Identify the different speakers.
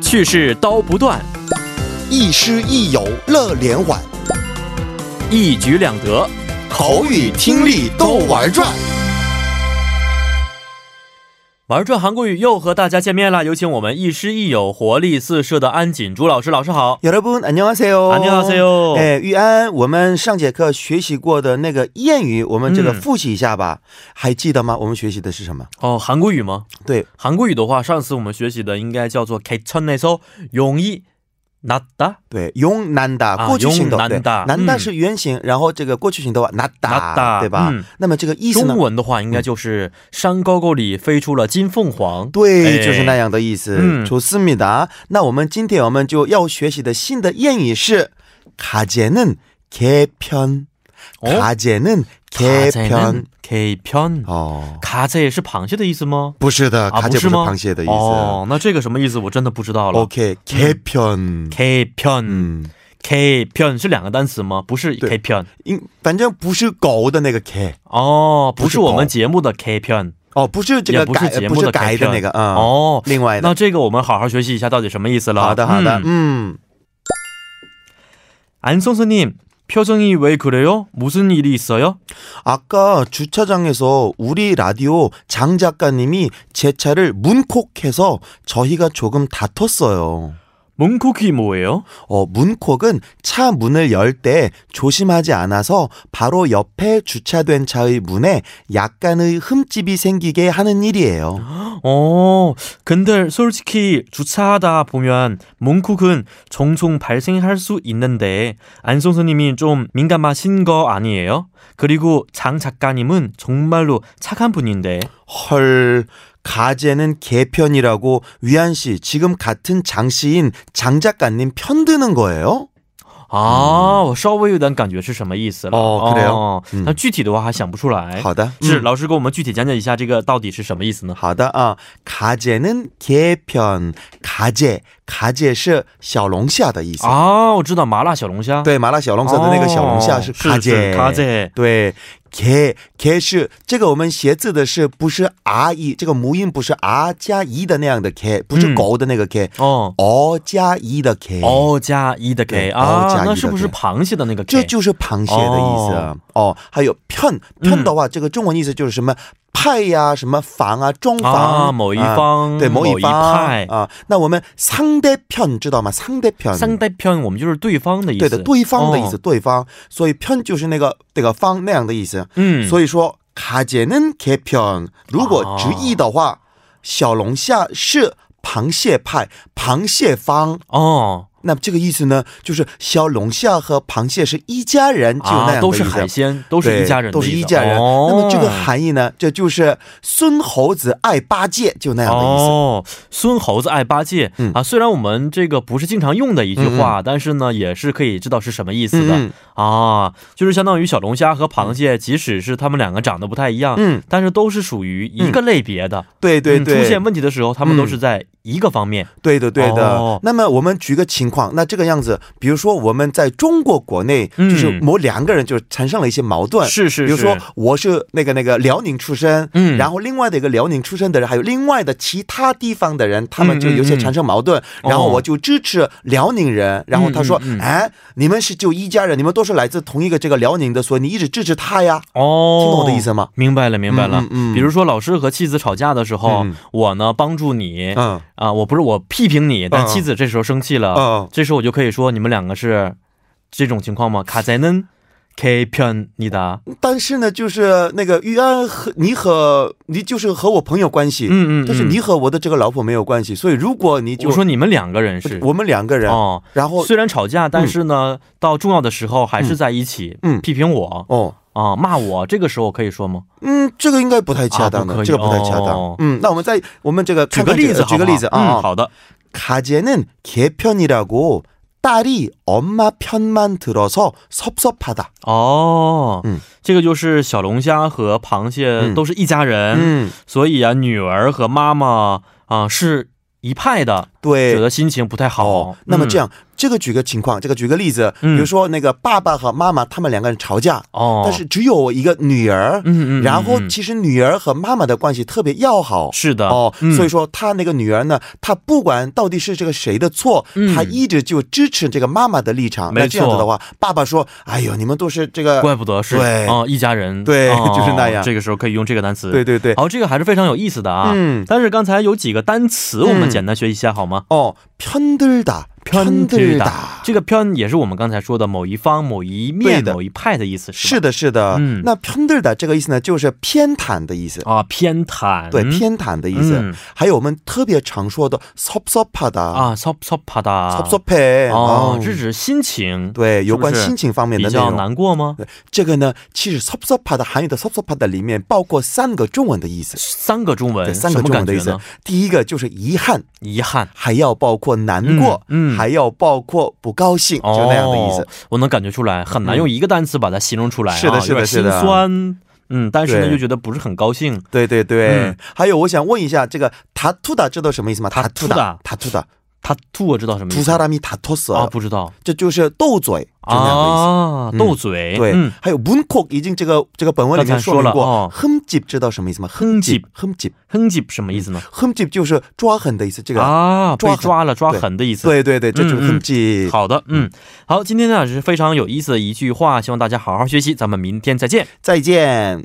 Speaker 1: 去世刀不断，
Speaker 2: 亦师亦友乐连环，
Speaker 1: 一举两得。
Speaker 2: 口语听力都玩转。
Speaker 1: 玩转韩国语又和大家见面啦！有请我们亦师亦友、活力四射的安锦珠老师。老师好。
Speaker 3: 여러분 안녕하세요.
Speaker 1: 안녕하세요.
Speaker 3: 哦哎，玉安，我们上节课学习过的那个谚语，我们这个
Speaker 1: 嗯
Speaker 3: 复习一下吧。还记得吗？我们学习的是什么？
Speaker 1: 哦，韩国语吗？
Speaker 3: 对，
Speaker 1: 韩国语的话，上次我们学习的应该叫做“개천에서용이났다
Speaker 3: 对，用难打
Speaker 1: 啊
Speaker 3: 过去型
Speaker 1: 用
Speaker 3: 的，对，
Speaker 1: 难打
Speaker 3: 难打
Speaker 1: 嗯
Speaker 3: 是原型，然后这个过去型的话，难
Speaker 1: 难
Speaker 3: 打，
Speaker 1: 打
Speaker 3: 对吧、
Speaker 1: 嗯
Speaker 3: 那么这个”。意思呢
Speaker 1: 中？文的话，应该就是“山沟沟里飞出了金凤凰”。
Speaker 3: 对，
Speaker 1: 哎
Speaker 3: 就是那样的意思。
Speaker 1: 嗯
Speaker 3: 좋습니다。那我们今天我们就要学习的新的谚语是“가재는개편”，
Speaker 1: 哦
Speaker 3: 가재
Speaker 1: 가
Speaker 3: 는개
Speaker 1: 재
Speaker 3: 편
Speaker 1: 는개편，
Speaker 3: 哦，
Speaker 1: 가재是螃蟹的意思吗？
Speaker 3: 不是的，
Speaker 1: 啊，
Speaker 3: 가재
Speaker 1: 不是吗？
Speaker 3: 螃蟹的意思。
Speaker 1: 哦，那这个什么意思？我真的不知道了。
Speaker 3: OK，开편
Speaker 1: 개편
Speaker 3: 嗯，
Speaker 1: 개편是两个单词吗？不是
Speaker 3: 음。 对
Speaker 1: 개편
Speaker 3: 应反正不是狗的那个 K
Speaker 1: 哦，不
Speaker 3: 不
Speaker 1: 是
Speaker 3: 是
Speaker 1: 我们
Speaker 3: 狗
Speaker 1: 节目的개편
Speaker 3: 哦，不是这
Speaker 1: 也
Speaker 3: 个
Speaker 1: 不是
Speaker 3: 改，
Speaker 1: 节
Speaker 3: 不
Speaker 1: 目
Speaker 3: 是
Speaker 1: 的
Speaker 3: 改
Speaker 1: K
Speaker 3: 的
Speaker 1: 片
Speaker 3: 那个，嗯，
Speaker 1: 哦。
Speaker 3: 另外
Speaker 1: 那
Speaker 3: 的，
Speaker 1: 这个我们好好学习一下到底什么意思了。
Speaker 3: 好的，好的，
Speaker 1: 음.
Speaker 3: 음
Speaker 1: 안 선수님 표정이 왜 그래요? 무슨 일이 있어요?
Speaker 3: 아까 주차장에서 우리 라디오 장 작가님이 제 차를 문콕해서 저희가 조금 다퉜어요.
Speaker 1: 몽콕이 뭐예요?
Speaker 3: 어, 문콕은 차 문을 열 때 조심하지 않아서 바로 옆에 주차된 차의 문에 약간의 흠집이 생기게 하는 일이에요.
Speaker 1: 어, 근데 솔직히 주차하다 보면 몽콕은 종종 발생할 수 있는데 안 선수님이 좀 민감하신 거 아니에요? 그리고 장 작가님은 정말로 착한 분인데
Speaker 3: 헐, 가재는 개편이라고 위안 씨 지금 같은 장 씨인 장 작가님 편드는 거예요?
Speaker 1: 啊，我 아, 稍微有点感觉是什么意思了。
Speaker 3: 哦，그래요？
Speaker 1: 음.
Speaker 3: 嗯
Speaker 1: 어, 那具体的话还想不出来。
Speaker 3: 好的，
Speaker 1: 是
Speaker 3: 嗯
Speaker 1: 老师给我们具体讲解一下这个到底是什么意思呢？
Speaker 3: 好的啊， 아, 가재는 개편，가재 가재是小龙虾的意思。
Speaker 1: 啊，我知道麻辣小龙虾。
Speaker 3: 对，麻辣小龙虾的那
Speaker 1: 아,
Speaker 3: 个小龙虾是
Speaker 1: 卡
Speaker 3: 卡
Speaker 1: 姐
Speaker 3: 姐，
Speaker 1: 卡姐。
Speaker 3: 对，k k 是这个我们写字的是不是 r e 这个母音不是 r 加 e 的那样的 k，不
Speaker 1: 嗯
Speaker 3: 是狗的那个 k，
Speaker 1: 哦
Speaker 3: o 加 e 的 k，
Speaker 1: ，O 哦加一的 K
Speaker 3: 对
Speaker 1: 啊
Speaker 3: O 加一的 K
Speaker 1: 那是不是螃蟹的那个 K？
Speaker 3: 这就是螃蟹的意思啊哦。还有骗
Speaker 1: 嗯
Speaker 3: 骗的话，这个中文意思就是什么派呀、什么房啊、中房
Speaker 1: 啊某一方
Speaker 3: 啊对某
Speaker 1: 某一
Speaker 3: 方
Speaker 1: 派
Speaker 3: 啊。那我们상대骗知道吗？상대骗。
Speaker 1: 三代片我们就是对方的意思。
Speaker 3: 对的，对方的意思，
Speaker 1: 哦
Speaker 3: 对方，所以骗就是那个那个方那样的意思。
Speaker 1: 嗯，
Speaker 3: 所以说，卡제는개骗，如
Speaker 1: 哦
Speaker 3: 果直译的话，小龙虾是螃蟹派、螃蟹方。
Speaker 1: 哦
Speaker 3: 那这个意思呢，就是小龙虾和螃蟹是一家人，就那
Speaker 1: 啊，
Speaker 3: 样
Speaker 1: 都
Speaker 3: 的
Speaker 1: 是
Speaker 3: 意思
Speaker 1: 海鲜，都
Speaker 3: 都
Speaker 1: 是一家人的意思，
Speaker 3: 都是一家人。
Speaker 1: 哦、
Speaker 3: 那么这个含义呢，这就是孙猴子爱八戒，就那样的意思。
Speaker 1: 哦，孙猴子爱八戒、
Speaker 3: 嗯
Speaker 1: 啊，虽然我们这个不是经常用的一句话，但是呢，也是可以知道是什么意思的、
Speaker 3: 嗯
Speaker 1: 啊，就是相当于小龙虾和螃蟹，即使是它们两个长得不太一样，
Speaker 3: 嗯，
Speaker 1: 但是都是属于一个类别的。
Speaker 3: 对对
Speaker 1: 嗯
Speaker 3: 对，嗯
Speaker 1: 出现问题的时候，他们都是在一个方面。
Speaker 3: 对的对的、
Speaker 1: 哦
Speaker 3: 那么我们举个情况，那这个样子，比如说我们在中国国内，
Speaker 1: 嗯
Speaker 3: 就是某两个人就是产生了一些矛盾。
Speaker 1: 是是是，
Speaker 3: 比如说，我是那个那个辽宁出身，
Speaker 1: 嗯
Speaker 3: 然后另外的一个辽宁出身的人，还有另外的其他地方的人，他们就有些产生矛盾，
Speaker 1: 嗯
Speaker 3: 然后
Speaker 1: 哦
Speaker 3: 我就支持辽宁人，然后他说，
Speaker 1: 嗯嗯嗯
Speaker 3: 哎，你们是就一家人，你们都是来自同一个这个辽宁的，所以你一直支持他呀，
Speaker 1: 哦，
Speaker 3: 听懂我的意思吗？
Speaker 1: 明白了，明白了。
Speaker 3: 嗯嗯嗯
Speaker 1: 比如说，老师和妻子吵架的时候，
Speaker 3: 嗯
Speaker 1: 我呢帮助你啊、
Speaker 3: 嗯，
Speaker 1: 我不是我批评你，但
Speaker 3: 嗯
Speaker 1: 妻子这时候生气了，
Speaker 3: 嗯
Speaker 1: 这时候我就可以说你们两个是这种情况吗？卡在嫩。K 偏你的，
Speaker 3: 但是呢，就是那个玉安和你和你就是和我朋友关系，
Speaker 1: 嗯嗯嗯
Speaker 3: 但是你和我的这个老婆没有关系，所以如果你就
Speaker 1: 我说你们两个人是
Speaker 3: 我们两个人，
Speaker 1: 哦，
Speaker 3: 然后
Speaker 1: 虽然吵架，但是呢，到重要的时候还是在一起，
Speaker 3: 嗯
Speaker 1: 批评我
Speaker 3: 哦。
Speaker 1: 啊，骂我，这个时候可以说吗？
Speaker 3: 嗯，这个应该不太恰当的，
Speaker 1: 啊不可以
Speaker 3: 这个不太恰当。
Speaker 1: 哦
Speaker 3: 嗯，那我们再我们这个
Speaker 1: 举
Speaker 3: 看
Speaker 1: 个
Speaker 3: 看这
Speaker 1: 例子好不好，
Speaker 3: 举个例子啊。
Speaker 1: 嗯，好的，
Speaker 3: 어. 가재는 개편이라고 딸이 엄마 편만 들어서 섭섭하다.
Speaker 1: 哦，
Speaker 3: 嗯
Speaker 1: 这个就是小龙虾和螃蟹
Speaker 3: 嗯
Speaker 1: 都是一家人，
Speaker 3: 嗯，
Speaker 1: 所以啊，女儿和妈妈啊、是一派的，
Speaker 3: 对
Speaker 1: 觉。得心情不太好。
Speaker 3: 哎哦，那么这
Speaker 1: 样、
Speaker 3: 样、这个举个情况，这个举个例子，比
Speaker 1: 嗯
Speaker 3: 如说那个爸爸和妈妈他们两个人吵架，
Speaker 1: 哦，
Speaker 3: 但是只有一个女儿，
Speaker 1: 嗯，嗯嗯，
Speaker 3: 然后
Speaker 1: 嗯
Speaker 3: 其实女儿和妈妈的关系特别要好。
Speaker 1: 是的
Speaker 3: 哦，
Speaker 1: 嗯
Speaker 3: 所以说他那个女儿呢，她不管到底是这个谁的错，
Speaker 1: 嗯
Speaker 3: 她一直就支持这个妈妈的立场。那
Speaker 1: 没错
Speaker 3: 这样子的话，爸爸说：“哎呦，你们都是这个，
Speaker 1: 怪不得是
Speaker 3: 对
Speaker 1: 哦，一家人，
Speaker 3: 对
Speaker 1: 哦
Speaker 3: 就是那样
Speaker 1: 这个时候可以用这个单词，
Speaker 3: 对对对，
Speaker 1: 好，这个还是非常有意思的啊。
Speaker 3: 嗯，
Speaker 1: 但是刚才有几个单词，我们
Speaker 3: 嗯
Speaker 1: 简单学一下好吗？
Speaker 3: 哦，편들다，편들다，
Speaker 1: 这个편也是我们刚才说的某一方、某一
Speaker 3: 对
Speaker 1: 面、
Speaker 3: 的
Speaker 1: 某一派的意思，是
Speaker 3: 是
Speaker 1: 吧？
Speaker 3: 的，是的。
Speaker 1: 嗯
Speaker 3: 那편들다这个意思呢，就是偏袒的意思，
Speaker 1: 啊，偏袒，
Speaker 3: 对，偏袒的意思。
Speaker 1: 嗯
Speaker 3: 还有我们特别常说的섭섭하다，
Speaker 1: 啊，섭섭하다，
Speaker 3: 섭섭해，
Speaker 1: 哦
Speaker 3: 哦，
Speaker 1: 是指心情，，
Speaker 3: 对，有关
Speaker 1: 是不是
Speaker 3: 心情方面
Speaker 1: 比
Speaker 3: 的内
Speaker 1: 较
Speaker 3: 容。
Speaker 1: 难过吗？
Speaker 3: 对这个呢，其实 “섭섭하다” 韩语的 “섭섭하다” 里面包括三个中文的意思，
Speaker 1: 三个中
Speaker 3: 对，
Speaker 1: 文，
Speaker 3: 三个
Speaker 1: 什么
Speaker 3: 中
Speaker 1: 感
Speaker 3: 文的
Speaker 1: 觉
Speaker 3: 意思
Speaker 1: 呢？。
Speaker 3: 第一个就是遗憾，
Speaker 1: 遗憾，
Speaker 3: 还要包括难过，
Speaker 1: 嗯嗯
Speaker 3: 还要包括不高兴，就那样的意思。
Speaker 1: 哦，我能感觉出来，很难用一个单词把它形容出来、啊
Speaker 3: 是的是的
Speaker 1: 有点
Speaker 3: 是的
Speaker 1: 心酸，嗯，但是呢
Speaker 3: 对
Speaker 1: 又觉得不是很高兴，
Speaker 3: 对对对、
Speaker 1: 嗯
Speaker 3: 还有我想问一下，这个“塔투다”这都什么意思吗？塔투다
Speaker 1: 다투다
Speaker 3: 塔투다
Speaker 1: 他吐我知道什么意
Speaker 3: 두사
Speaker 1: 思
Speaker 3: 람이다투어
Speaker 1: 啊？不知道
Speaker 3: 这就是斗嘴，就那样的意思。
Speaker 1: 啊，
Speaker 3: 嗯
Speaker 1: 斗嘴，
Speaker 3: 对、
Speaker 1: 嗯，
Speaker 3: 还有문콕已经这个这个本文里面
Speaker 1: 刚才说
Speaker 3: 明
Speaker 1: 了
Speaker 3: 过，
Speaker 1: 哦
Speaker 3: 흠집知道什么意思吗？흠집흠집
Speaker 1: 哼唧什么意思呢？
Speaker 3: 흠집就是抓痕的意思，这个、
Speaker 1: 啊，
Speaker 3: 抓
Speaker 1: 被
Speaker 3: 痕
Speaker 1: 抓了，抓痕的意思。
Speaker 3: 对对对，这就是
Speaker 1: 嗯嗯
Speaker 3: 흠집。
Speaker 1: 好的，嗯，好，今天呢是非常有意思的一句话，希望大家好好学习，咱们明天再见。
Speaker 3: 再见。